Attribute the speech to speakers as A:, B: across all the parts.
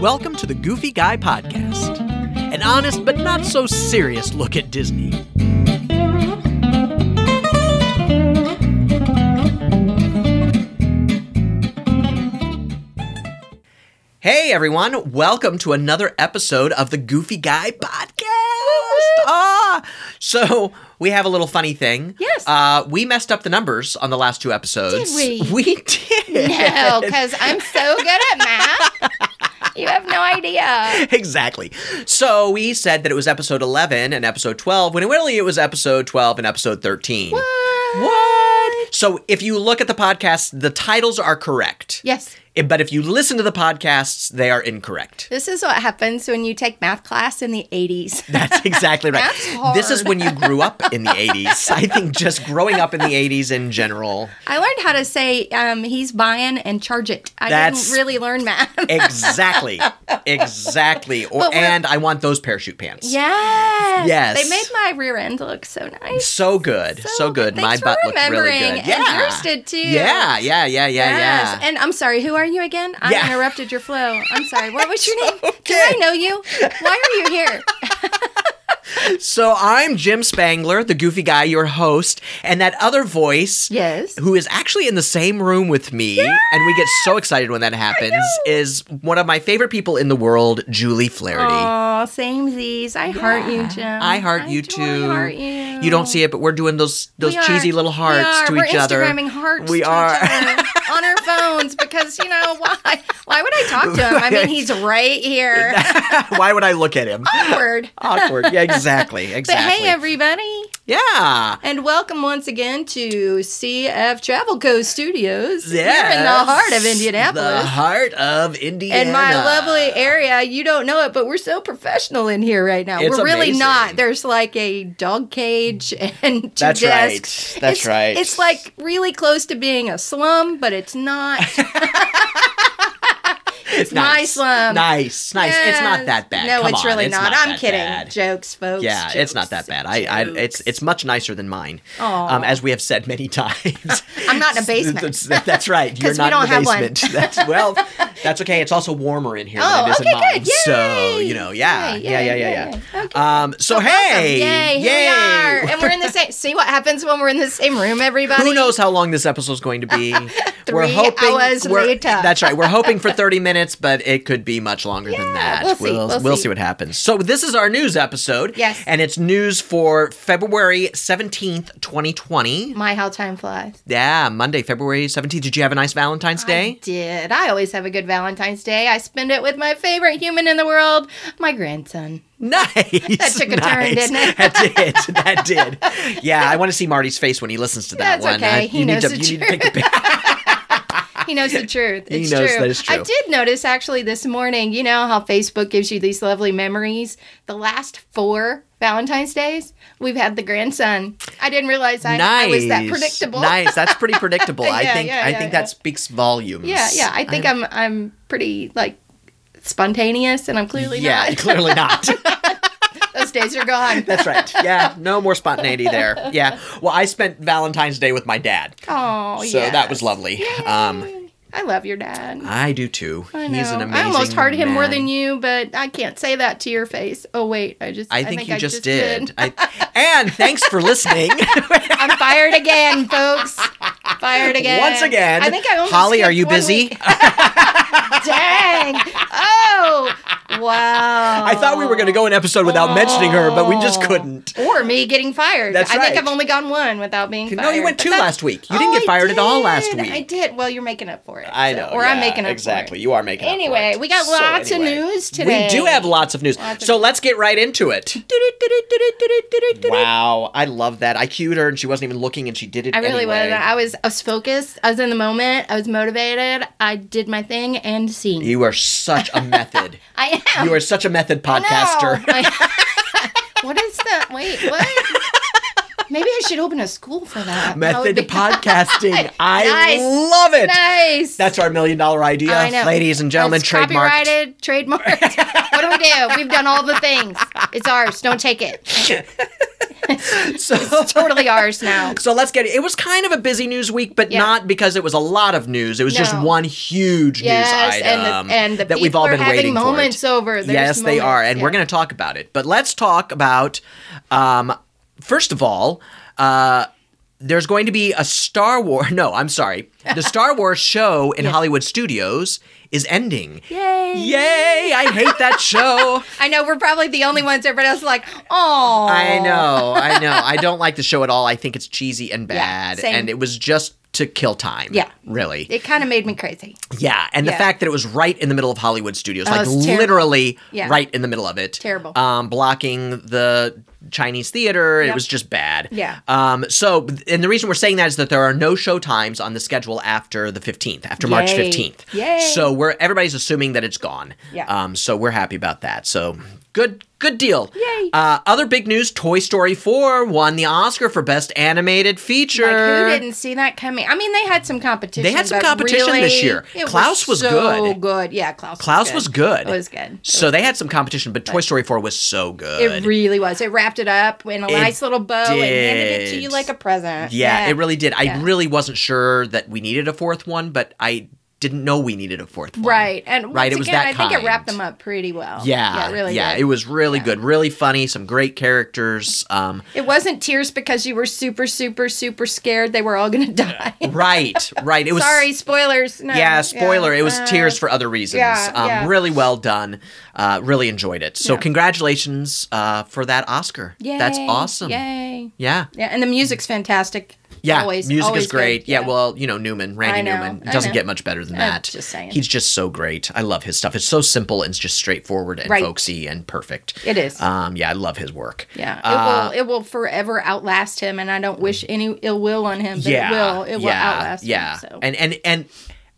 A: Welcome to the Goofy Guy Podcast, an honest but not so serious look at Disney. Hey everyone, welcome to another episode of the Goofy Guy Podcast. Ah, so we have a little funny thing.
B: Yes.
A: uh, we messed up the numbers on the last two episodes.
B: Did we?
A: We did.
B: No, because I'm so good at math. you have no idea.
A: exactly. So we said that it was episode 11 and episode 12, when really it was episode 12 and episode 13.
B: What?
A: What? So if you look at the podcast, the titles are correct.
B: Yes.
A: Eh, But if you listen to the podcasts, they are incorrect.
B: This is what happens when you take math class in the 80s.
A: That's exactly right.
B: That's hard.
A: This is when you grew up in the 80s. I think just growing up in the 80s in general.
B: I learned how to say um, he's buying and charge it. I
A: That's-
B: didn't really learn math.
A: Exactly. Exactly. Or,
B: But we're-
A: and I want those parachute pants.
B: Yes.
A: Yes.
B: They made my rear end look so nice.
A: So good. So, good.
B: Thanks
A: My
B: for
A: butt looked really
B: remembering,
A: good.
B: And yours did too.
A: Yeah, yeah, yeah, yeah,
B: Yes.
A: yeah.
B: And I'm sorry, who are you again? I
A: Yeah.
B: interrupted your flow. I'm sorry. What was your name? Do
A: okay.
B: I know you? Why are you here?
A: so I'm Jim Spangler, the goofy guy, your host, and that other voice
B: Yes.
A: who is actually in the same room with me, and we get so excited when that happens, is one of my favorite people in the world, Julie Flaherty.
B: Oh, same Z's. I heart you, Jim.
A: I heart you
B: do
A: too.
B: heart you.
A: You don't see it, but we're doing those those
B: We are.
A: cheesy little hearts
B: we are.
A: to
B: We're
A: each other.
B: Instagramming hearts.
A: We
B: to
A: are.
B: each other on our phones because you know why? Why would I talk to him? I mean, he's right here.
A: Why would I look at him?
B: Awkward.
A: Awkward. Yeah, exactly.
B: But
A: Exactly.
B: hey, everybody,
A: yeah.
B: and welcome once again to CF Travel Co Studios. Here in the
A: Yes.
B: heart of Indianapolis.
A: The heart of Indiana.
B: and my lovely area. You don't know it, but we're so professional in here right now.
A: It's
B: we're really
A: amazing.
B: not. There's like a dog cage and two
A: That's right.
B: desks.
A: That's
B: It's-
A: right.
B: It's like really close to being a slum, but it's not.
A: It's
B: my
A: nice.
B: slum.
A: Nice, nice. It's not that bad.
B: No,
A: Come
B: it's
A: on,
B: really not. I'm
A: that
B: kidding.
A: bad.
B: Jokes, folks.
A: Yeah, it's not that
B: jokes,
A: bad. I, I it's
B: jokes.
A: it's much nicer than mine.
B: Aw.
A: Um, as we have said many times.
B: I'm not in a basement.
A: That's, that's right. You're
B: 'Cause we
A: not in
B: don't
A: the
B: have one.
A: basement. That's well, that's okay. It's also warmer in here than
B: Oh,
A: it is in
B: okay,
A: mine.
B: good.
A: So,
B: Yay.
A: you know, yeah.
B: Yay,
A: yeah, yeah,
B: yay,
A: yeah, yeah.
B: yay. Okay.
A: Um so
B: Awesome.
A: hey.
B: Yay! Here we are, and we're in the same. See what happens when we're in the same room, everybody.
A: Who knows how long this episode's going to be?
B: Three hours later.
A: That's right. We're hoping for 30 minutes, but it could be much longer than that.
B: we'll see, we'll see.
A: what happens. So this is our news episode.
B: Yes.
A: And it's news for February 17th, 2020.
B: My how time flies.
A: Yeah, Monday, February 17th. Did you have a nice Valentine's
B: I
A: Day?
B: did. I always have a good Valentine's Day. I spend it with my favorite human in the world, my grandson.
A: Nice. That
B: took a turn, didn't it?
A: that did. That did. Yeah, I want to see Marty's face when he listens to that
B: That's
A: one.
B: okay.
A: I-
B: He
A: you
B: knows
A: need to,
B: the
A: you need to take a pic.
B: He knows the truth.
A: He
B: It's
A: knows
B: true.
A: that it's true.
B: I did notice actually this morning, you know how Facebook gives you these lovely memories? The last four Valentine's Days, we've had the grandson. I didn't realize I, I was that predictable.
A: Nice. That's pretty predictable. I
B: Yeah,
A: think
B: yeah,
A: I
B: yeah,
A: think
B: yeah.
A: that speaks volumes.
B: Yeah, yeah. I think I'm I'm pretty like spontaneous and I'm clearly
A: yeah,
B: not.
A: clearly not.
B: Those days are gone.
A: That's right. Yeah, no more spontaneity there. Yeah. Well, I spent Valentine's Day with my dad,
B: Oh,
A: so
B: yeah.
A: that was lovely. Um,
B: I love your dad.
A: I do too.
B: I know.
A: He's an amazing.
B: I almost heard him more than
A: man.
B: you, but I can't say that to your face. Oh wait, I just.
A: I think, you
B: I
A: just, did. I, and thanks for listening.
B: I'm fired again, folks. Fired again.
A: Once again,
B: I think I almost
A: Holly, are
B: skipped
A: you
B: one
A: busy?
B: week. Dang. Oh. Wow.
A: I thought we were going to go an episode without mentioning her, but we just
B: Oh.
A: couldn't.
B: Or me getting fired.
A: That's
B: I
A: right.
B: think I've only gone one without being fired.
A: No, you went
B: but
A: two
B: that's-
A: last week. You didn't
B: Oh,
A: get
B: I
A: fired at all last
B: did.
A: week.
B: I did. Well, you're making up for it.
A: I
B: so-
A: know.
B: or I'm
A: yeah,
B: making up for it.
A: Exactly. You are making up for
B: Anyway,
A: it.
B: we got
A: So
B: lots of
A: anyway,
B: news today.
A: We do have lots of news.
B: Lots of
A: so
B: news.
A: let's get right into it. Wow, I love that. I cued her and she wasn't even looking and she did it
B: I really
A: anyway.
B: was. I was. I was focused. I was in the moment. I was motivated. I did my thing and seen.
A: You are such a method.
B: I am.
A: you are such a method
B: I know.
A: podcaster.
B: I- what is that? Wait, what? Maybe I should open a school for that. That would
A: Method
B: be
A: podcasting. I
B: Nice.
A: love it.
B: nice.
A: That's our million dollar idea.
B: I know.
A: Ladies and gentlemen,
B: That's
A: trademarked.
B: Copyrighted, trademarked. what do we do? We've done all the things. It's ours. Don't take it.
A: so
B: totally ours now.
A: So let's get it. was kind of a busy news week, but
B: Yeah.
A: not because it was a lot of news. It was just
B: No.
A: one huge
B: Yes,
A: news
B: and
A: item
B: the, and the
A: that
B: people
A: we've all
B: are
A: been
B: having
A: waiting
B: moments
A: for.
B: over. There's
A: yes, they are,
B: moments,
A: and we're
B: yeah.
A: going to talk about it. But let's talk about um, first of all. Uh, there's going to be a Star Wars. No, I'm sorry. The Star Wars show in Hollywood studios is ending.
B: Yay.
A: Yay! I hate that show.
B: I know we're probably the only ones. Everybody else is like, oh,
A: I know, I know. I don't like the show at all. I think it's cheesy and
B: Yeah,
A: bad,
B: same.
A: and it was just to kill time.
B: Yeah.
A: really.
B: It kind of made me crazy.
A: yeah, and the
B: yeah. Oh,
A: fact that it was right in the middle of Hollywood studios, like
B: it's terrible.
A: literally
B: Yeah.
A: right in the middle of it.
B: Terrible.
A: Um, blocking the Chinese theater. It
B: Yep.
A: was just bad.
B: Yeah.
A: Um. So, and the reason we're saying that is that there are no show times on the schedule after the fifteenth, after March
B: Yay.
A: fifteenth.
B: Yay.
A: So we're everybody's assuming that it's gone.
B: Yeah.
A: Um. So we're happy about that. So good, good deal.
B: Yay.
A: Uh, other big news: Toy Story Four won the Oscar for Best Animated Feature.
B: Like, who didn't see that coming? I mean, they had some competition.
A: They had some
B: but
A: competition
B: really,
A: this year.
B: it
A: Klaus was
B: so
A: good.
B: Yeah, Klaus.
A: Klaus was good.
B: It was good.
A: So they had some competition, but Toy Story Four was so good.
B: It really was. It wrapped it up in a nice little bow and handed it to
A: did.
B: you like a present.
A: Yeah, it really did. I
B: Yeah.
A: really wasn't sure that we needed a fourth one, but I didn't know we needed a fourth one.
B: Right. And once
A: Right, it was
B: again,
A: that
B: I think
A: kind.
B: it wrapped them up pretty well.
A: Yeah.
B: Yeah, it really.
A: yeah,
B: did.
A: it was really
B: Yeah.
A: good, really funny, some great characters. Um,
B: It wasn't tears because you were super, super, super scared they were all going to die.
A: right, right. It was
B: Sorry, spoilers. No,
A: Yeah, spoiler. It was
B: uh,
A: tears for other reasons.
B: yeah,
A: um,
B: yeah.
A: Really well done. Uh, really enjoyed it. So
B: Yeah.
A: congratulations uh, for that Oscar.
B: Yay,
A: That's awesome.
B: Yay.
A: Yeah.
B: Yeah, and the music's fantastic.
A: Yeah,
B: always,
A: music
B: always
A: is great.
B: good.
A: Yeah. well, you know Newman, Randy
B: I know,
A: Newman
B: I
A: doesn't
B: know.
A: get much better than
B: I'm
A: that.
B: just saying.
A: he's just so great. I love his stuff. It's so simple and just straightforward and
B: Right.
A: folksy and perfect.
B: It is.
A: Um, yeah, I love his work.
B: yeah, it
A: Uh,
B: will it will forever outlast him, and I don't wish any ill will on him. But
A: yeah,
B: it will it will
A: yeah,
B: outlast
A: yeah.
B: him. So
A: and and and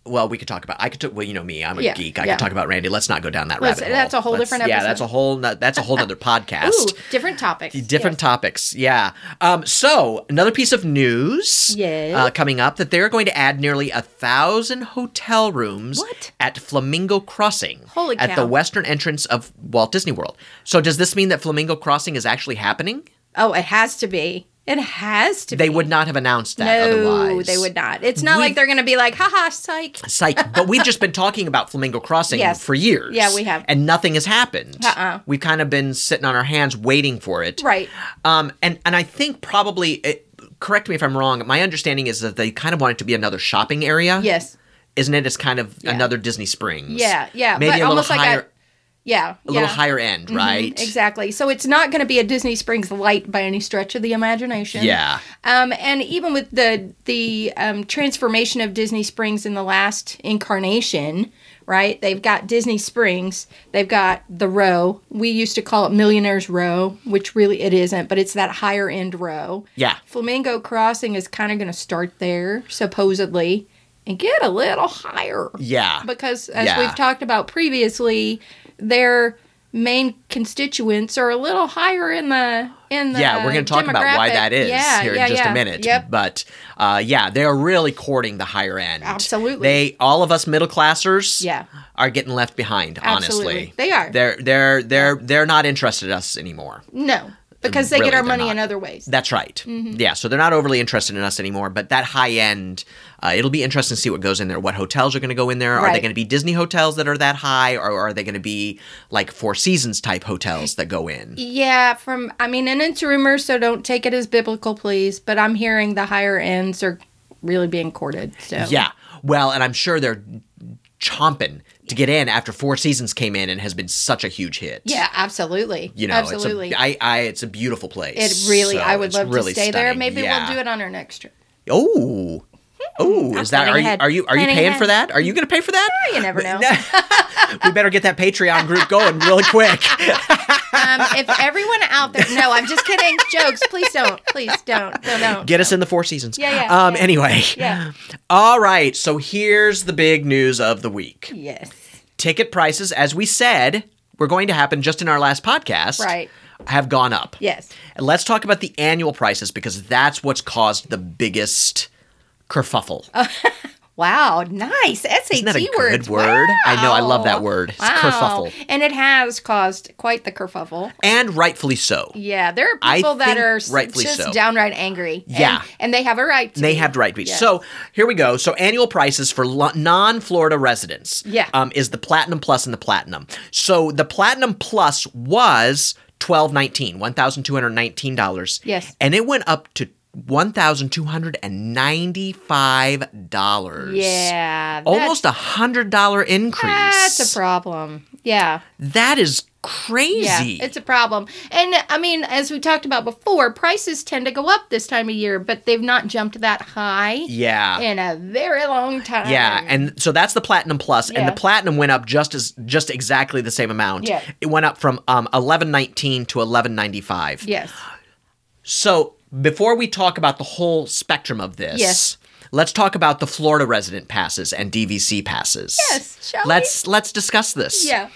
A: well, we could talk about. I could. T- well, you know me. I'm a
B: Yeah,
A: geek. I
B: yeah.
A: could talk about Randy. Let's not go down that
B: Let's-
A: rabbit hole.
B: that's a whole
A: Let's-
B: different
A: Yeah, that's
B: episode.
A: a whole. no- That's a whole other podcast.
B: Ooh, different topics.
A: different topics. Yeah. Um, so another piece of news
B: Yes.
A: uh, coming up that they're going to add nearly a thousand hotel rooms
B: What?
A: at Flamingo Crossing
B: Holy
A: at
B: cow.
A: the western entrance of Walt Disney World. So does this mean that Flamingo Crossing is actually happening?
B: Oh, it has to be. It has to.
A: They
B: be.
A: would not have announced that
B: No,
A: otherwise.
B: they would not. It's not
A: We-
B: like they're going to be like, haha, psych.
A: Psych. But we've just been talking about Flamingo Crossing
B: Yes.
A: for years.
B: Yeah, we have.
A: And nothing has happened.
B: Uh-uh.
A: We've kind of been sitting on our hands waiting for it.
B: Right.
A: Um, and and I think probably it, correct me if I'm wrong. My understanding is that they kind of want it to be another shopping area.
B: Yes.
A: isn't it? It's kind of
B: Yeah.
A: another Disney Springs.
B: Yeah. Yeah.
A: maybe
B: but
A: a little
B: almost
A: higher,
B: like a, yeah,
A: a little
B: yeah. Mm-hmm,
A: higher end, right?
B: Exactly. So it's not going to be a Disney Springs light by any stretch of the imagination.
A: Yeah.
B: Um, and even with the the um, transformation of Disney Springs in the last incarnation, right? They've got Disney Springs. They've got the row. We used to call it Millionaires Row, which really it isn't, but it's that higher end row.
A: Yeah.
B: Flamingo Crossing is kind of going to start there supposedly and get a little higher
A: Yeah.
B: because as
A: Yeah.
B: we've talked about previously, their main constituents are a little higher in the in the
A: yeah, we're going to talk about why
B: demographic.
A: that is
B: Yeah,
A: here
B: yeah,
A: in just
B: yeah.
A: a minute.
B: Yep.
A: But uh, yeah, they are really courting the higher end.
B: Absolutely.
A: They all of us middle classers
B: Yeah.
A: are getting left behind, honestly.
B: Absolutely. They are.
A: They're they're they're they're not interested in us anymore.
B: No, because they
A: Really,
B: get our
A: they're
B: money
A: not.
B: in other ways.
A: That's right.
B: Mm-hmm.
A: Yeah, so they're not overly interested in us anymore. But that high end, uh, it'll be interesting to see what goes in there. What hotels are going to go in there? Are they
B: Right.
A: going to be Disney hotels that are that high, or are they going to be like Four Seasons type hotels that go in?
B: yeah, from I mean, and it's rumor, so don't take it as biblical, please. But I'm hearing the higher ends are really being courted. So
A: Yeah. Well, and I'm sure they're chomping to get in after Four Seasons came in and has been such a huge hit.
B: yeah, absolutely,
A: You know,
B: absolutely.
A: It's a, I, I, it's a beautiful place.
B: it really,
A: So
B: I would
A: it's
B: love
A: really
B: to stay there.
A: stunning.
B: Maybe
A: Yeah.
B: we'll do it on our next trip.
A: Oh. Oh, is that
B: Hmm, planning
A: are you,
B: ahead.
A: are you are you
B: Planning
A: paying
B: ahead.
A: for that? Are you going to pay for that?
B: You never know.
A: we better get that Patreon group going really quick.
B: um, if everyone out there, no, I'm just kidding. Jokes, please don't, please don't, no, no.
A: Get us in the Four Seasons.
B: Yeah, yeah,
A: Um.
B: yeah.
A: Anyway.
B: Yeah.
A: All right. So here's the big news of the week.
B: Yes.
A: Ticket prices, as we said, were going to happen just in our last podcast.
B: Right.
A: Have gone up.
B: Yes.
A: And let's talk about the annual prices because that's what's caused the biggest kerfuffle.
B: Wow, nice. SAT
A: Isn't that a
B: words.
A: good word? I know, I love that
B: Wow.
A: word. It's
B: Wow.
A: kerfuffle.
B: And it has caused quite the kerfuffle.
A: And rightfully so.
B: Yeah, there are
A: I
B: people that
A: think
B: are s-
A: rightfully
B: just
A: so.
B: downright angry. And-
A: Yeah.
B: And, they have a right to.
A: They
B: be.
A: have right to be.
B: Yeah.
A: So here we go. So annual prices for lo- non-Florida residents,
B: Yeah.
A: um, is the Platinum Plus and the Platinum. So the Platinum Plus was twelve nineteen, one thousand two hundred nineteen dollars.
B: Yes.
A: and it went up to one thousand two hundred and ninety-five dollars.
B: Yeah.
A: almost a hundred dollar increase.
B: That's, that's a problem. Yeah.
A: That is crazy.
B: Yeah, it's a problem. And I mean, as we talked about before, prices tend to go up this time of year, but they've not jumped that high
A: yeah.
B: in a very long time.
A: Yeah, and so that's the platinum plus, and
B: Um, Yeah.
A: the platinum went up just as just exactly the same amount.
B: Yeah.
A: It went up from um eleven nineteen to eleven ninety five.
B: yes.
A: So before we talk about the whole spectrum of this,
B: Yes.
A: let's talk about the Florida resident passes and DVC passes.
B: Yes, shall we?
A: let's let's discuss this.
B: Yeah.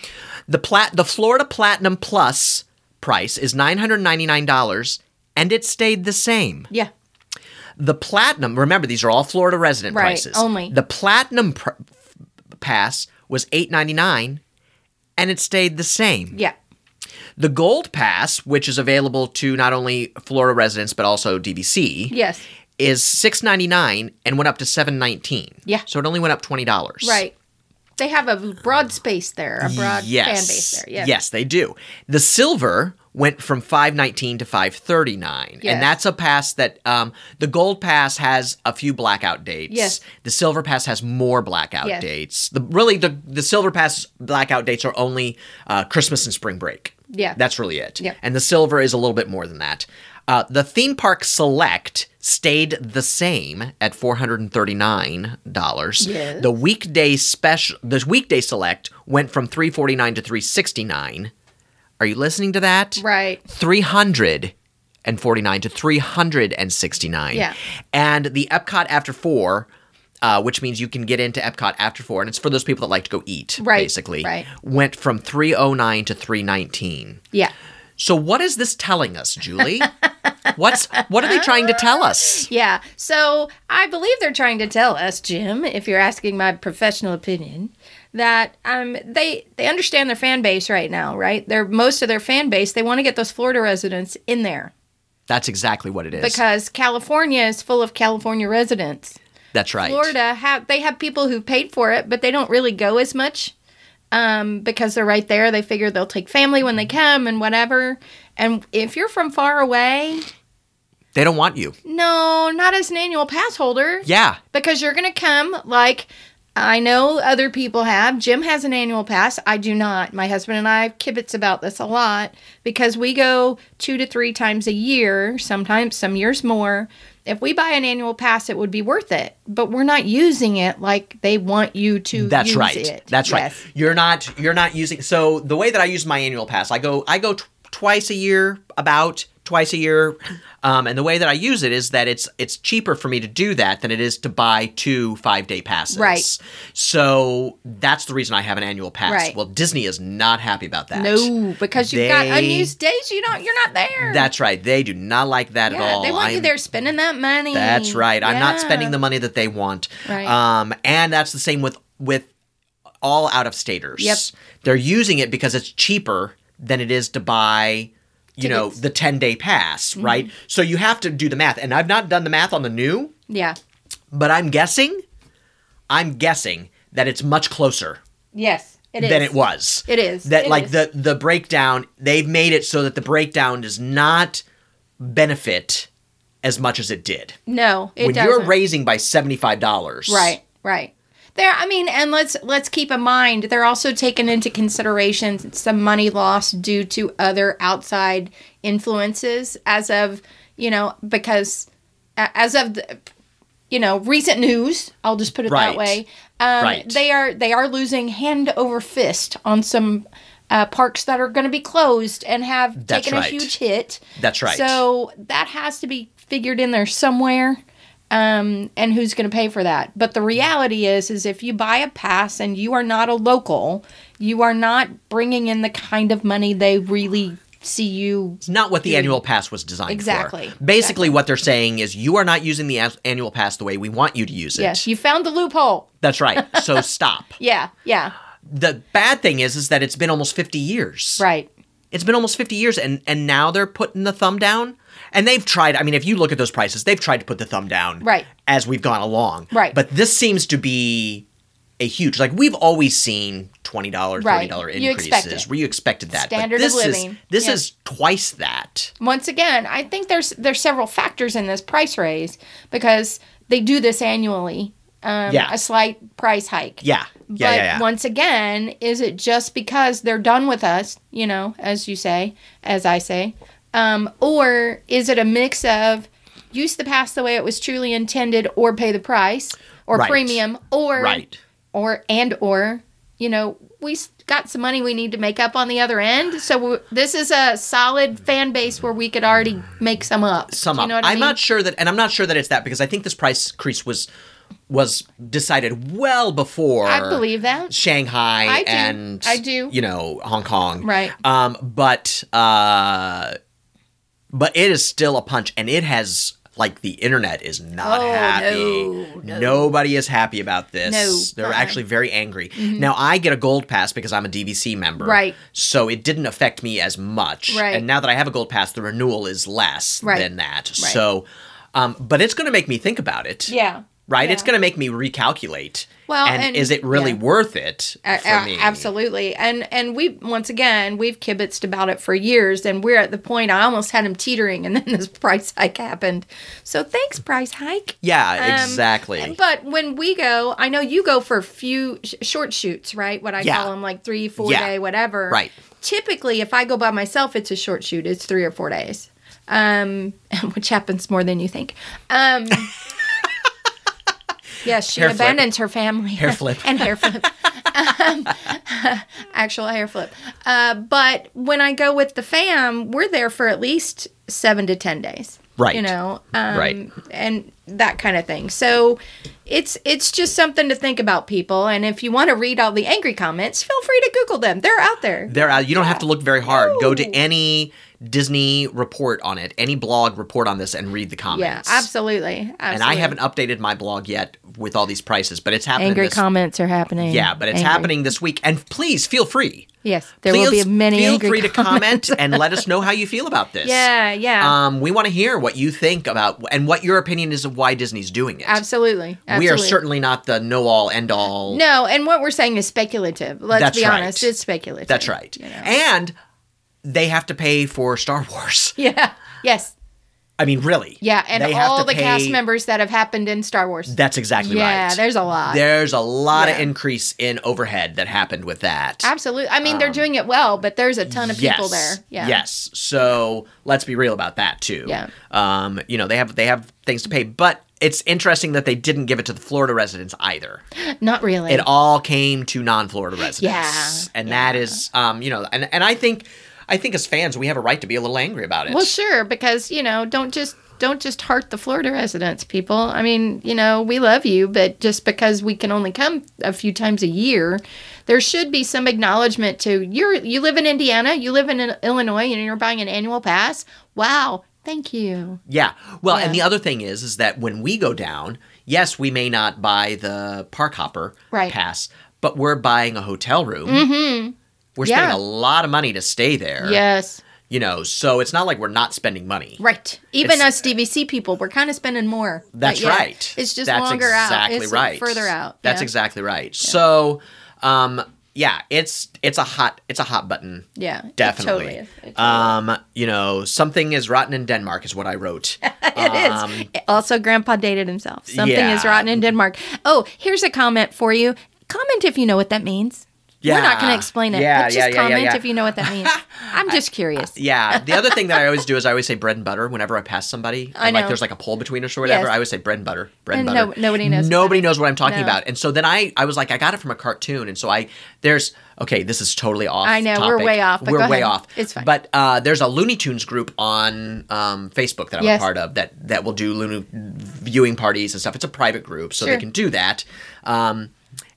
A: The plat the Florida Platinum Plus price is nine hundred ninety nine dollars, and it stayed the same.
B: Yeah.
A: The platinum, remember these are all Florida resident
B: Right,
A: prices.
B: only.
A: The platinum pr- pass was 8.99 and it stayed the same.
B: Yeah.
A: The gold pass, which is available to not only Florida residents but also DVC,
B: Yes.
A: is 6.99 and went up to 7.19.
B: Yeah.
A: So it only went up $20.
B: Right. They have a broad space there, a broad fan base there. Yes.
A: they do. The silver went from 519 to 539
B: Yes.
A: and that's a pass that um, the gold pass has a few blackout dates
B: Yes.
A: the silver pass has more blackout
B: Yes.
A: dates the really the, the silver pass blackout dates are only uh, christmas and spring break
B: Yeah.
A: that's really it
B: Yep.
A: and the silver is a little bit more than that uh, the theme park select stayed the same at $439
B: Yes.
A: the weekday special the weekday select went from 349 to 369 are you listening to that
B: Right.
A: 349 to 369
B: Yeah.
A: and the epcot after four uh, which means you can get into Epcot after four, and it's for those people that like to go eat,
B: Right,
A: basically.
B: right.
A: Went from 309 to 319.
B: Yeah.
A: So, what is this telling us, Julie? What's What are they trying to tell us?
B: Yeah. So I believe they're trying to tell us, Jim, if you're asking my professional opinion, that um they they understand their fan base right now, right? They're most of their fan base, they want to get those Florida residents in there
A: That's exactly what it is.
B: because California is full of California residents.
A: That's right.
B: Florida have they have people who paid for it, but they don't really go as much um, because they're right there. They figure they'll take family when they come and whatever. And if you're from far away,
A: They don't want you.
B: no, not as an annual pass holder.
A: Yeah.
B: because you're going to come like I know other people have. Jim has an annual pass. I do not. My husband and I kibitz about this a lot because we go two to three times a year, sometimes some years more. If we buy an annual pass, it would be worth it, but we're not using it like they want you to.
A: That's
B: use
A: right.
B: It.
A: That's
B: Yes.
A: right. You're not you're not using so the way that I use my annual pass, I go I go t- twice a year about twice a year. Um, and the way that I use it is that it's it's cheaper for me to do that than it is to buy two 5-day passes.
B: Right.
A: So that's the reason I have an annual pass.
B: Right.
A: Well, Disney is not happy about that.
B: No, because you've got
A: They-
B: unused days. You don't. You're not there.
A: That's right. They do not like that at
B: yeah,
A: all.
B: They want you
A: I'm-
B: there spending that money.
A: That's right. I'm not spending
B: Yeah.
A: the money that they want.
B: Right.
A: Um, and that's the same with with all out of staters.
B: Yep.
A: They're using it because it's cheaper than it is to buy, you know,
B: Tickets. Mm-hmm.
A: the 10 day pass, right? So you have to do the math. And I've not done the math on the new,
B: Yeah.
A: but I'm guessing, I'm guessing that it's much closer
B: Yes. It is.
A: than it was.
B: It is.
A: That
B: It
A: like
B: is.
A: the the breakdown, they've made it so that the breakdown does not benefit as much as it did
B: No, it
A: when
B: doesn't.
A: you're raising by $75
B: right, right. There, I mean, and let's let's keep in mind they're also taking into consideration some money lost due to other outside influences, as of you know, because a- as of the, you know recent news, I'll just put it
A: Right.
B: that way. Um,
A: Right.
B: They are they are losing hand over fist on some uh, parks that are going to be closed and have
A: That's
B: taken
A: right.
B: a huge hit.
A: that's right
B: So that has to be figured in there somewhere. Um, and who's going to pay for that? But the reality is, is if you buy a pass and you are not a local, you are not bringing in the kind of money they really see you.
A: It's not what the annual pass was designed for.
B: Exactly.
A: Basically, what they're saying is you are not using the an- annual pass the way we want you to use it.
B: Yes, you found the loophole.
A: That's right. So stop.
B: Yeah, yeah,
A: The bad thing is, is that it's been almost 50 years.
B: right.
A: It's been almost 50 years, and, and now they're putting the thumb down. And they've tried, I mean, if you look at those prices, they've tried to put the thumb down
B: Right.
A: as we've gone along.
B: Right.
A: But this seems to be a huge, like, we've always seen $20, $30
B: Right.
A: increases.
B: You expect it.
A: Where you expected that. But
B: Standard of
A: this is-
B: living.
A: this
B: Yeah.
A: is twice that.
B: Once again, I think there's there's several factors in this price raise because they do this annually. Um,
A: Yeah.
B: a slight price hike.
A: Yeah.
B: But
A: Yeah, yeah, yeah.
B: once again, is it just because they're done with us, you know, as you say, as I say? Um, or is it a mix of use the pass the way it was truly intended or pay the price or
A: Right.
B: premium or
A: Right.
B: or and or, you know, we s- got some money we need to make up on the other end. So we this is a solid fan base where we could already make some up.
A: sum
B: Do
A: up.
B: you know what I
A: I'm
B: mean?
A: not sure that, and I'm not sure that it's that because I think this price increase was was decided well before
B: I believe that.
A: Shanghai
B: I do.
A: and
B: I do.
A: you know Hong Kong,
B: Right.
A: Um, but uh, but it is still a punch, and it has like the internet is not
B: Oh,
A: happy.
B: no, no.
A: Nobody is happy about this.
B: No,
A: They're
B: uh-uh.
A: actually very angry. Now I get a gold pass because I'm a DVC member,
B: Right.
A: So it didn't affect me as much,
B: Right.
A: And now that I have a gold pass, the renewal is less
B: Right.
A: than that. So, um, but it's going to make me think about it
B: Yeah.
A: right? It's
B: Yeah.
A: going to make me recalculate.
B: Well,
A: and,
B: and-
A: is it really
B: yeah.
A: worth it
B: A-
A: for
B: a-
A: me?
B: Absolutely. And and we once again we've kibitzed about it for years and we're at the point I almost had him teetering and then this price hike happened. So thanks, price hike.
A: Yeah,
B: Um,
A: exactly.
B: But when we go, I know you go for few sh- short shoots, right? What I
A: Yeah.
B: call them, like three, four
A: Yeah.
B: day, whatever.
A: Right.
B: Typically, if I go by myself, it's a short shoot. It's three or four days, um, which happens more than you think. Um, yes, she
A: Hair flip.
B: abandons her family. Hair
A: flip.
B: and hair flip. Um, actual hair flip. Uh, but when I go with the fam, we're there for at least seven to ten days.
A: Right.
B: You know. Um,
A: Right.
B: And that kind of thing. So it's it's just something to think about, people. And if you want to read all the angry comments, feel free to Google them. They're out there.
A: There, uh, you don't have to look very hard. Go to
B: No.
A: any Disney report on it, any blog report on this, and read the
B: yeah,
A: comments.
B: absolutely. absolutely.
A: And I haven't updated my blog yet with all these prices, but it's happening.
B: Angry
A: this,
B: comments are happening.
A: Yeah, but it's
B: Angry.
A: happening this week. And please feel free.
B: Yes, there
A: please
B: will be many
A: feel
B: angry
A: free
B: comments.
A: to comment and let us know how you feel about this.
B: Yeah, yeah.
A: Um, we want to hear what you think about and what your opinion is of why Disney's doing it.
B: absolutely. absolutely.
A: We are certainly not the know all end all.
B: No, and what we're saying is speculative. Let's
A: That's
B: be
A: right.
B: honest, it's speculative.
A: That's right.
B: you know.
A: And they have to pay for Star Wars.
B: Yeah. Yes.
A: I mean, really.
B: Yeah, and
A: They have
B: all
A: to
B: the cast
A: pay-
B: members that have happened in Star Wars.
A: That's exactly
B: yeah,
A: right.
B: there's a lot.
A: There's a lot of
B: Yeah.
A: increase in overhead that happened with that.
B: Absolutely. I mean, they're doing it well, but there's a ton of
A: Um, yes.
B: people there. Yeah.
A: Yes. So let's be real about that too.
B: Yeah.
A: Um, you know, they have they have things to pay, but it's interesting that they didn't give it to the Florida residents either.
B: Not really.
A: it all came to non-Florida residents.
B: Yeah,
A: And that is um, you know, and and I think I think as fans we have a right to be a little angry about it.
B: Well, sure, because you know, don't just don't just heart the Florida residents, people. I mean, you know, we love you, but just because we can only come a few times a year, there should be some acknowledgement to you're you live in Indiana, you live in Illinois, and you're buying an annual pass. Wow, thank you.
A: Yeah. Well, and
B: Yeah.
A: the other thing is is that when we go down, yes, we may not buy the park hopper
B: Right. Mm-hmm.
A: pass, but we're buying a hotel room. We're
B: Yeah.
A: spending a lot of money to stay there.
B: Yes,
A: You know, so it's not like we're not spending money.
B: right. Even
A: It's-
B: us DVC people, we're kind of spending more. But
A: That's
B: yeah,
A: right.
B: It's just
A: That's
B: longer
A: exactly
B: out. It's
A: right.
B: Further out.
A: That's
B: yeah.
A: exactly right. So, um, yeah, it's it's a hot it's a hot button.
B: Yeah, it
A: definitely.
B: totally is. It totally
A: um, you know, something is rotten in Denmark is what I wrote.
B: It is. Also, Grandpa dated himself. Something is
A: Yeah.
B: rotten in Denmark. Oh, here's a comment for you. Comment if you know what that means. We're not going
A: Yeah.
B: to explain it.
A: Yeah,
B: but just
A: yeah, yeah, yeah,
B: comment
A: yeah.
B: if you know what that means. I'm just curious.
A: Yeah. The other thing that I always do is I always say bread and butter whenever I pass somebody.
B: I
A: and, Like
B: know.
A: there's like a pole between us or whatever.
B: Yes.
A: I always say bread and butter, bread and,
B: And
A: butter.
B: no- nobody knows what
A: Nobody knows what I'm talking
B: No.
A: about. And so then I, I was like, I got it from a cartoon. And so I, there's, okay, this is totally off.
B: I know, we're
A: topic.
B: way off, but
A: we're
B: go
A: way
B: ahead.
A: off.
B: It's fine.
A: But uh, there's a Looney Tunes group on um, Facebook that I'm
B: Yes.
A: a part of that that will do Looney viewing parties and stuff. It's a private group, so they
B: Sure.
A: can do that. Um,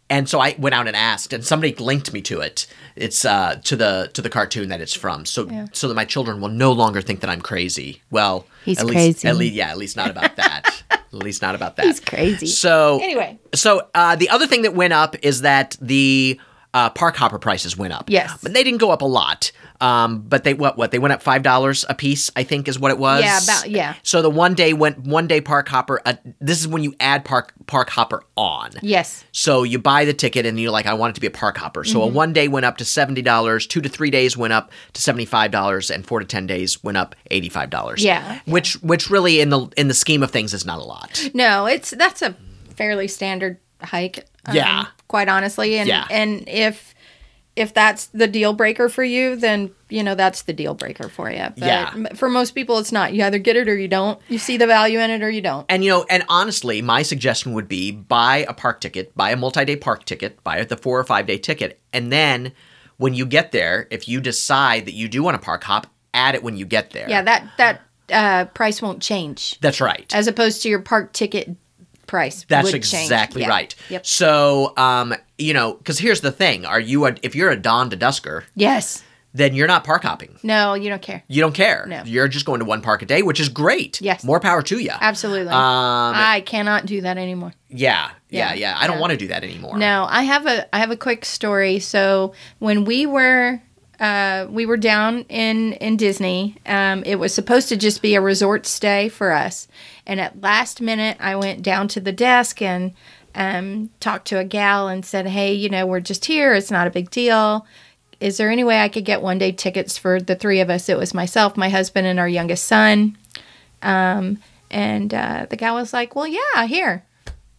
A: And so I went out and asked, and somebody linked me to it. It's uh, to the to the cartoon that it's from, so so that my children will no longer think that I'm crazy. Well,
C: He's
A: at least
C: crazy.
A: at least yeah, at least not about that. at least not about that.
C: He's crazy.
A: So
B: Anyway.
A: so uh, the other thing that went up is that the uh, park hopper prices went up.
B: Yes.
A: but they didn't go up a lot. Um, but they what what they went up five dollars a piece, I think, is what it was.
B: Yeah, about- yeah.
A: So the one day went one day park hopper. Uh, this is when you add park park hopper on.
B: Yes.
A: So you buy the ticket and you're like, I want it to be a park hopper. So
B: Mm-hmm.
A: a one day went up to seventy dollars, two to three days went up to seventy five dollars, and four to ten days went up eighty five dollars.
B: Yeah.
A: Which which really in the in the scheme of things is not a lot.
B: No, it's that's a fairly standard hike. um,
A: Yeah.
B: Quite honestly, and
A: Yeah.
B: and if if that's the deal breaker for you, then you know that's the deal breaker for you. But
A: Yeah.
B: m- for most people, it's not. You either get it or you don't. You see the value in it or you don't.
A: And you know, and honestly, my suggestion would be buy a park ticket, buy a multi-day park ticket, buy the four or five day ticket, and then when you get there, if you decide that you do want a park hop, add it when you get there.
B: Yeah, that that uh, price won't change
A: that's right.
B: as opposed to your park ticket price.
A: That's
B: would change.
A: exactly
B: Yeah.
A: right.
B: Yep.
A: So, um, you know, because here's the thing: Are you a, if you're a dawn to dusker,
B: Yes.
A: then you're not park hopping.
B: No, you don't care.
A: You don't care.
B: No.
A: You're just going to one park a day, which is great.
B: Yes.
A: More power to you.
B: Absolutely.
A: Um,
B: I cannot do that anymore.
A: yeah, yeah, yeah.
B: Yeah,
A: I don't
B: yeah.
A: want to do that anymore.
B: No, I have a I have a quick story. So when we were uh, we were down in in Disney, um, it was supposed to just be a resort stay for us, and at last minute I went down to the desk and um, talked to a gal and said, "Hey, you know, we're just here. It's not a big deal." Is there any way I could get one day tickets for the three of us? It was myself, my husband, and our youngest son. Um, and uh, the gal was like, "Well, yeah, here,"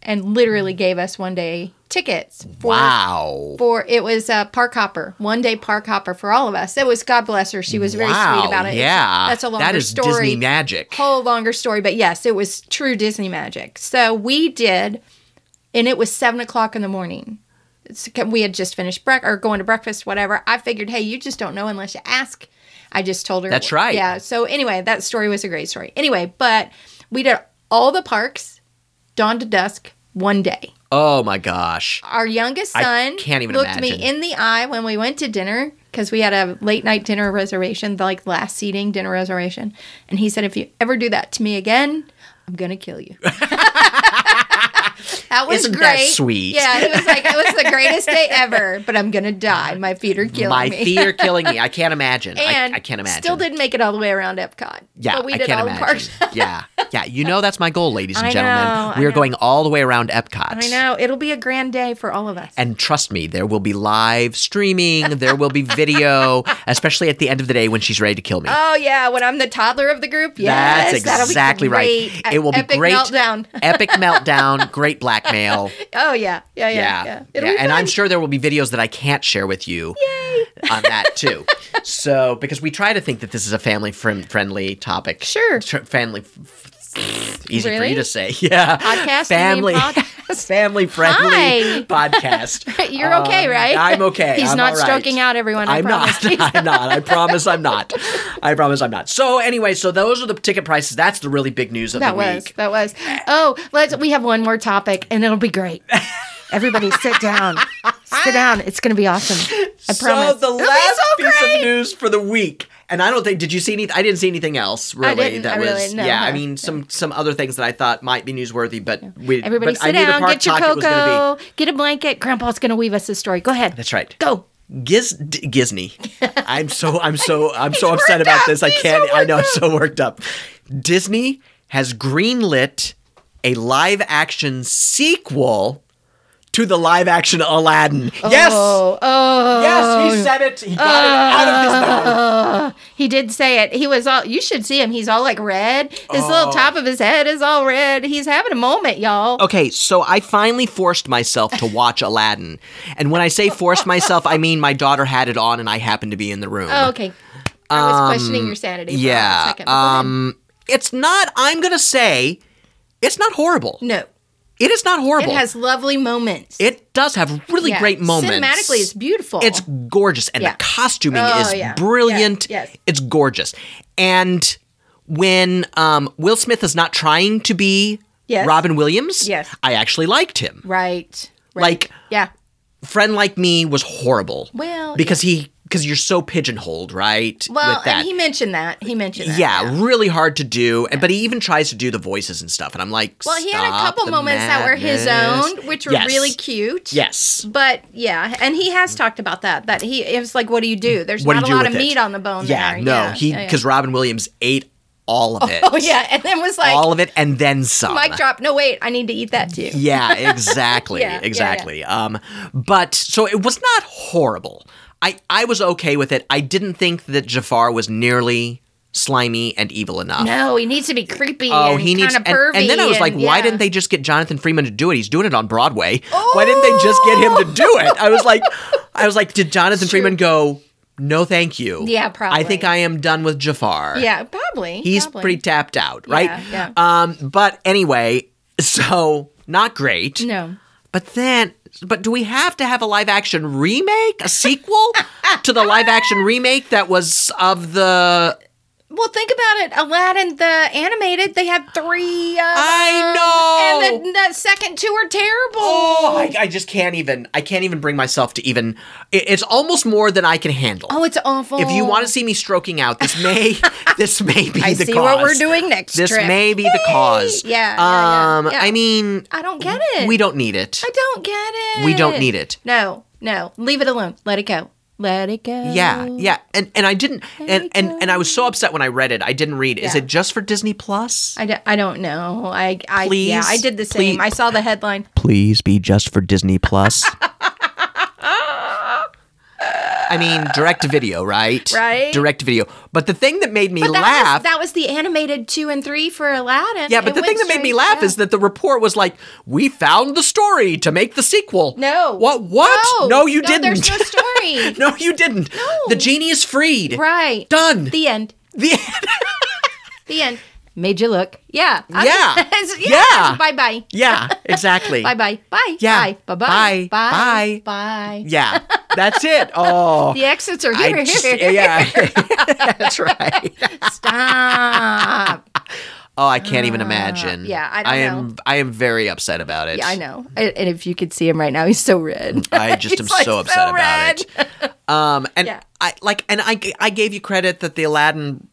B: and literally gave us one day tickets for
A: Wow.
B: for it was uh, park hopper one day park hopper for all of us. It was God bless her. She was very
A: wow.
B: sweet about it. It's-
A: Yeah.
B: that's a longer
A: That is
B: story
A: Disney magic.
B: whole longer story, but yes, it was true Disney magic. So we did, and it was seven o'clock in the morning. It's, we had just finished break or going to breakfast, whatever. I figured, hey, you just don't know unless you ask. I just told her.
A: That's right.
B: Yeah. So anyway, that story was a great story. Anyway, but we did all the parks, dawn to dusk, one day
A: oh my gosh.
B: our youngest
A: I
B: son
A: can't even
B: looked
A: imagine.
B: me in the eye when we went to dinner because we had a late night dinner reservation, the, like last seating dinner reservation, and he said, "If you ever do that to me again, I'm gonna kill you." that was
A: Isn't that
B: great.
A: sweet?
B: Yeah, he was like, "It was the greatest day ever," but I'm gonna die. My feet are killing
A: my
B: me.
A: feet are killing me. I can't imagine.
B: and
A: I, I can't imagine.
B: Still didn't make it all the way around Epcot.
A: Yeah,
B: but we
A: I
B: did
A: can't
B: all
A: imagine.
B: the parks.
A: yeah, yeah. You know that's my goal, ladies and
B: I
A: gentlemen.
B: know, I
A: we are
B: know.
A: going all the way around Epcot.
B: I know it'll be a grand day for all of us.
A: And trust me, there will be live streaming. There will be video, especially at the end of the day when she's ready to kill me.
B: Oh yeah, when I'm the toddler of the group. Yes,
A: That's
B: that'll be
A: exactly right.
B: great.
A: It will be
B: Epic
A: great.
B: meltdown.
A: Epic meltdown, great blackmail.
B: Oh yeah, yeah, yeah,
A: Yeah.
B: yeah.
A: yeah.
B: It'll be
A: And I'm
B: fun.
A: sure there will be videos that I can't share with you on that too. so, because we try to think that this is a family friend- friendly topic.
B: Sure.
A: Tr- family. Easy for
B: Really?
A: you to say. Yeah.
B: Podcast? You
A: Family.
B: mean podcast?
A: family friendly
B: Hi.
A: podcast.
B: You're okay, right?
A: Um, I'm okay.
B: He's
A: I'm
B: not
A: all right.
B: stroking out everyone. I
A: I'm
B: promise.
A: not. I'm not. I promise I'm not. I promise I'm not. So anyway, so those are the ticket prices. That's the really big news of
B: That
A: the
B: was
A: week.
B: that was. Oh, let's. We have one more topic, and it'll be great. Everybody, sit down. sit down. It's gonna be awesome. I promise.
A: So the
B: It'll be
A: last
B: so
A: piece
B: great.
A: of news for the week, and I don't think did you see anything? I didn't see anything else really.
B: didn't.
A: that
B: I
A: was
B: really- no,
A: yeah. I
B: huh.
A: mean some some other things that I thought might be newsworthy, but we
B: Everybody,
A: but I
B: sit
A: knew the
B: down.
A: Park
B: Get your
A: Talk it was gonna be-
B: cocoa. Get a blanket. Grandpa's gonna weave us a story. Go ahead.
A: That's right.
B: Go.
A: Giz D- Gizney. I'm so I'm so I'm so upset
B: worked
A: about
B: up.
A: this. I
B: He's
A: can't.
B: so
A: I know I'm
B: worked
A: so worked up. Disney has greenlit a live action sequel to the live action Aladdin. Yes.
B: Oh, oh.
A: Yes, he said it. He got it out of his mouth.
B: He did say it. He was all, you should see him. He's all like red. His little top of his head is all red. He's having a moment, y'all.
A: Oh. Okay, so I finally forced myself to watch Aladdin. And when I say forced myself, I mean my daughter had it on and I happened to be in the room.
B: Oh, okay. I was questioning your sanity. For A
A: Um, yeah.
B: second, but go ahead.
A: Um it's not I'm going to say it's not horrible.
B: no.
A: It is not horrible.
B: It has lovely moments.
A: It does have really
B: Yeah.
A: great moments.
B: Cinematically, it's beautiful.
A: It's gorgeous, and
B: Yeah.
A: the costuming
B: Oh,
A: is
B: yeah.
A: brilliant.
B: Yeah. Yes.
A: It's gorgeous, and when um, Will Smith is not trying to be
B: Yes.
A: Robin Williams,
B: Yes.
A: I actually liked him.
B: right.
A: Like
B: Yeah.
A: Friend Like Me was horrible.
B: Well,
A: because he because you're so pigeonholed, right?
B: Well,
A: with that.
B: and he mentioned that. He mentioned that.
A: yeah, really hard to do. And but he even tries to do the voices and stuff, and I'm like,
B: Well, he had a
A: "Stop
B: couple
A: the
B: moments that were his
A: madness."
B: own, which were
A: Yes.
B: really cute.
A: Yes.
B: But yeah, and he has talked about that. That he it was like, what do you do? There's
A: Mm. What do
B: not
A: you do
B: a lot of
A: with it?
B: meat on the bone.
A: Yeah,
B: there.
A: no, he
B: yeah, yeah.
A: because Robin Williams ate all of it.
B: oh yeah, and then was like,
A: all of it and then some.
B: mic drop. No wait, I need to eat that too.
A: Yeah, exactly,
B: Yeah, yeah, yeah.
A: exactly. Um, but so it was not horrible. I I was okay with it. I didn't think that Jafar was nearly slimy and evil enough.
B: No, he needs to be creepy.
A: Oh,
B: and
A: he needs.
B: kind
A: And,
B: of pervy.
A: and then I was like, why
B: yeah.
A: didn't they just get Jonathan Freeman to do it? He's doing it on Broadway. Why didn't they just get him to
B: Oh.
A: do it? I was like, I was like, did Jonathan Freeman go? No, thank you.
B: Yeah,
A: I
B: probably.
A: think I am done with Jafar.
B: Yeah, probably.
A: He's
B: probably.
A: pretty tapped out, right?
B: yeah.
A: Um, but anyway, so not great.
B: No.
A: But then, but do we have to have a live action remake, a sequel to the live action remake that was of the?
B: Well, think about it. Aladdin, the animated, they had three. Uh,
A: I know.
B: And the, the second two are terrible.
A: Oh, I, I just can't even. I can't even bring myself to even. It, it's almost more than I can handle.
B: Oh, it's awful.
A: If you want to see me stroking out, this may this may be
B: I
A: the
B: see
A: cause.
B: what we're doing next
A: This
B: trip.
A: may be the cause.
B: Yeah, yeah,
A: Um.
B: yeah, yeah.
A: I mean,
B: I don't get it.
A: we don't need it.
B: I don't get it.
A: We don't need it.
B: No, no. Leave it alone. Let it go. Let it go.
A: Yeah, yeah, and and I didn't, and and and I was so upset when I read it. I didn't read. Is
B: Yeah.
A: it just for Disney Plus?
B: I, do, I don't know. I, I yeah,
A: Please,
B: I did the
A: please.
B: same. I saw the headline.
A: Please be just for Disney Plus. I mean, direct to video, right?
B: Right.
A: Direct to video. But the thing that made me
B: But that
A: laugh.
B: was, that was the animated two and three for Aladdin.
A: yeah, but
B: It
A: the thing that
B: went
A: made me
B: straight-
A: laugh
B: yeah.
A: is that the report was like, "We found the story to make the sequel."
B: No.
A: What? What? No, you
B: no,
A: didn't.
B: There's no story.
A: No, you didn't. The genie is freed.
B: Right.
A: Done.
B: The end.
A: The-
B: The end. Made you look. Yeah. I-
A: Yeah.
B: yeah.
A: Yeah.
B: Bye bye.
A: yeah. Exactly.
B: Bye bye. Bye.
A: Yeah.
B: Bye. Bye
A: Bye.
B: bye.
A: Bye.
B: Bye. Bye.
A: Yeah. That's it. Oh.
B: The exits are
A: I
B: here.
A: just-
B: here.
A: yeah, that's right.
B: Stop.
A: Oh, I can't even imagine.
B: Uh, yeah, I don't
A: am.
B: know.
A: I am very upset about it.
B: Yeah, I know. And and if you could see him right now, he's so red.
A: I just am
B: He's, like,
A: so upset about
B: red.
A: it. Um, and
B: Yeah.
A: I like, and I, I gave you credit that the Aladdin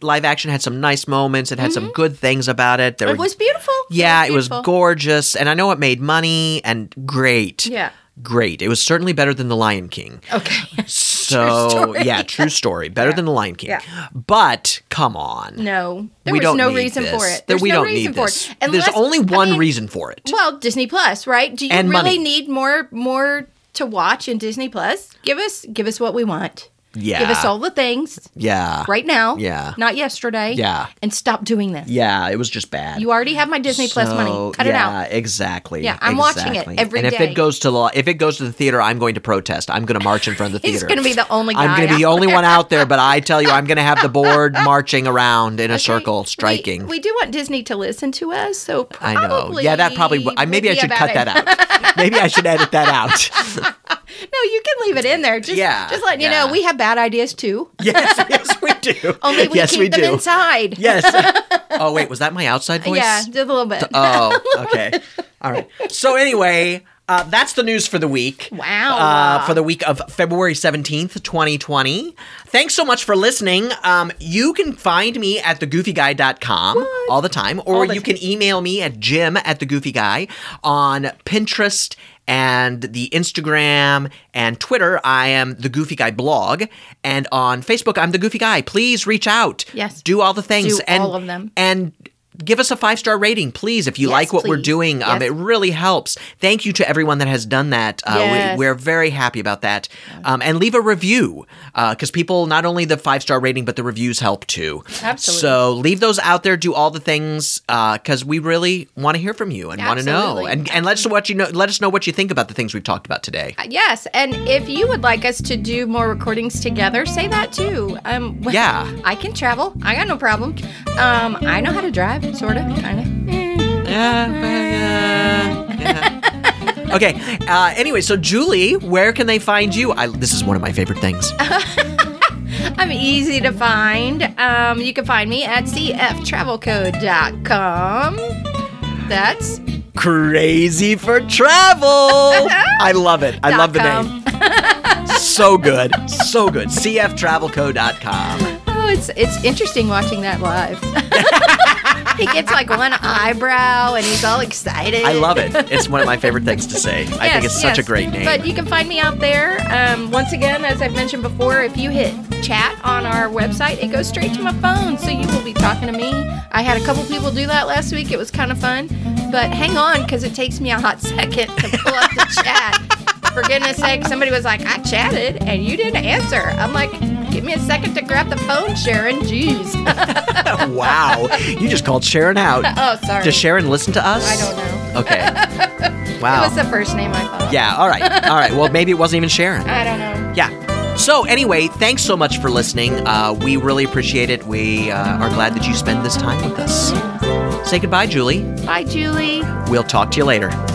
A: live action had some nice moments. It had some good things about it. There
B: Mm-hmm. It was beautiful.
A: yeah, it was
B: beautiful.
A: gorgeous, and I know it made money and great.
B: Yeah.
A: great. It was certainly better than the Lion King.
B: Okay.
A: So
B: story.
A: yeah, true story. Better than the Lion King.
B: Yeah.
A: But come on.
B: No, there
A: we
B: was
A: don't
B: no
A: need
B: reason
A: this.
B: for it.
A: That
B: There's
A: we
B: no
A: don't
B: reason
A: need
B: for
A: this.
B: it.
A: There's only
B: I
A: one
B: mean,
A: reason for it.
B: Well, Disney Plus, right? Do you
A: And
B: really
A: money.
B: need more more to watch in Disney Plus? Give us give us what we want.
A: yeah.
B: Give us all the things
A: Yeah.
B: right now.
A: Yeah.
B: Not yesterday.
A: Yeah.
B: And stop doing this.
A: Yeah, it was just bad.
B: You already have my Disney Plus
A: So,
B: money. Cut it
A: yeah,
B: out.
A: exactly.
B: Yeah, I'm watching it
A: exactly.
B: every
A: And if
B: day.
A: it goes to law, if it goes to the theater, I'm going to protest. I'm going to march in front of the
B: He's
A: theater.
B: gonna be the only
A: I'm
B: guy
A: going to be the
B: out
A: only one out there, but I tell you, I'm going to have the board marching around in a
B: Okay,
A: circle,
B: we-
A: striking.
B: We, do want Disney to listen to us, so
A: I
B: probably
A: know. Yeah, that probably. w- I,
B: would
A: maybe I
B: be
A: should
B: about
A: cut
B: it.
A: that out. maybe I should edit that out.
B: No, you can leave it in there. Just,
A: Yeah,
B: just letting
A: yeah.
B: you know we have bad ideas too.
A: yes, yes, we do.
B: Only we
A: yes,
B: keep
A: we
B: them
A: do.
B: inside.
A: Yes. Oh wait, was that my outside voice?
B: Yeah, just a little bit.
A: Oh, okay. All right. So anyway, uh, that's the news for the week.
B: Wow.
A: Uh, for the week of February 17th, 2020. Thanks so much for listening. Um, you can find me at thegoofyguy.com all the time, or
B: All the
A: you can email me at jim at thegoofyguy on Pinterest and the Instagram and Twitter. I am the Goofy Guy blog. And on Facebook, I'm the Goofy Guy. Please reach out.
B: Yes.
A: Do all the things.
B: Do
A: and,
B: all of them.
A: And give us a five star rating, please, if you
B: Yes,
A: like what we're
B: please.
A: doing. Um,
B: Yes.
A: it really helps. Thank you to everyone that has done that. Uh,
B: Yes.
A: we, are very happy about that. Um, and leave a review because people, not only the five star rating, but the reviews help too.
B: Absolutely.
A: So leave those out there. Do all the things because we really want to hear from you and want to know.
B: Absolutely.
A: And, and let us know what you know. Let us know what you think about the things we've talked about today.
B: Yes, and if you would like us to do more recordings together, say that too. Um, w-
A: Yeah.
B: I can travel. I got no problem. Um, I know how to drive, sort of, kind of.
A: okay. Uh, anyway, so Julie, where can they find you? I, this is one of my favorite things.
B: I'm easy to find. Um, you can find me at cftravelcode.com. That's
A: Crazy for Travel. I love it. I love the name. So good. So good. CFTravelco.com.
B: Oh, it's it's interesting watching that live. he gets like one eyebrow and he's all excited.
A: I love it. It's one of my favorite things to say. I think
B: Yes,
A: it's such a
B: yes.
A: great name.
B: But you can find me out there. Um, once again, as I've mentioned before, if you hit chat on our website, it goes straight to my phone. So you will be talking to me. I had a couple people do that last week. It was kind of fun. But hang on, because it takes me a hot second to pull up the chat. For goodness sake, somebody was like, I chatted and you didn't answer. I'm like, give me a second to grab the phone, Sharon. Jeez.
A: wow. You just called Sharon out.
B: oh, sorry.
A: Does Sharon listen to us?
B: I don't know.
A: Okay.
B: It
A: Wow.
B: was the first name I thought.
A: yeah, all right. All right. Well, maybe it wasn't even Sharon.
B: I don't know.
A: Yeah. So, anyway, thanks so much for listening. Uh, we really appreciate it. We uh, are glad that you spent this time with us. Say goodbye, Julie.
B: Bye, Julie.
A: We'll talk to you later.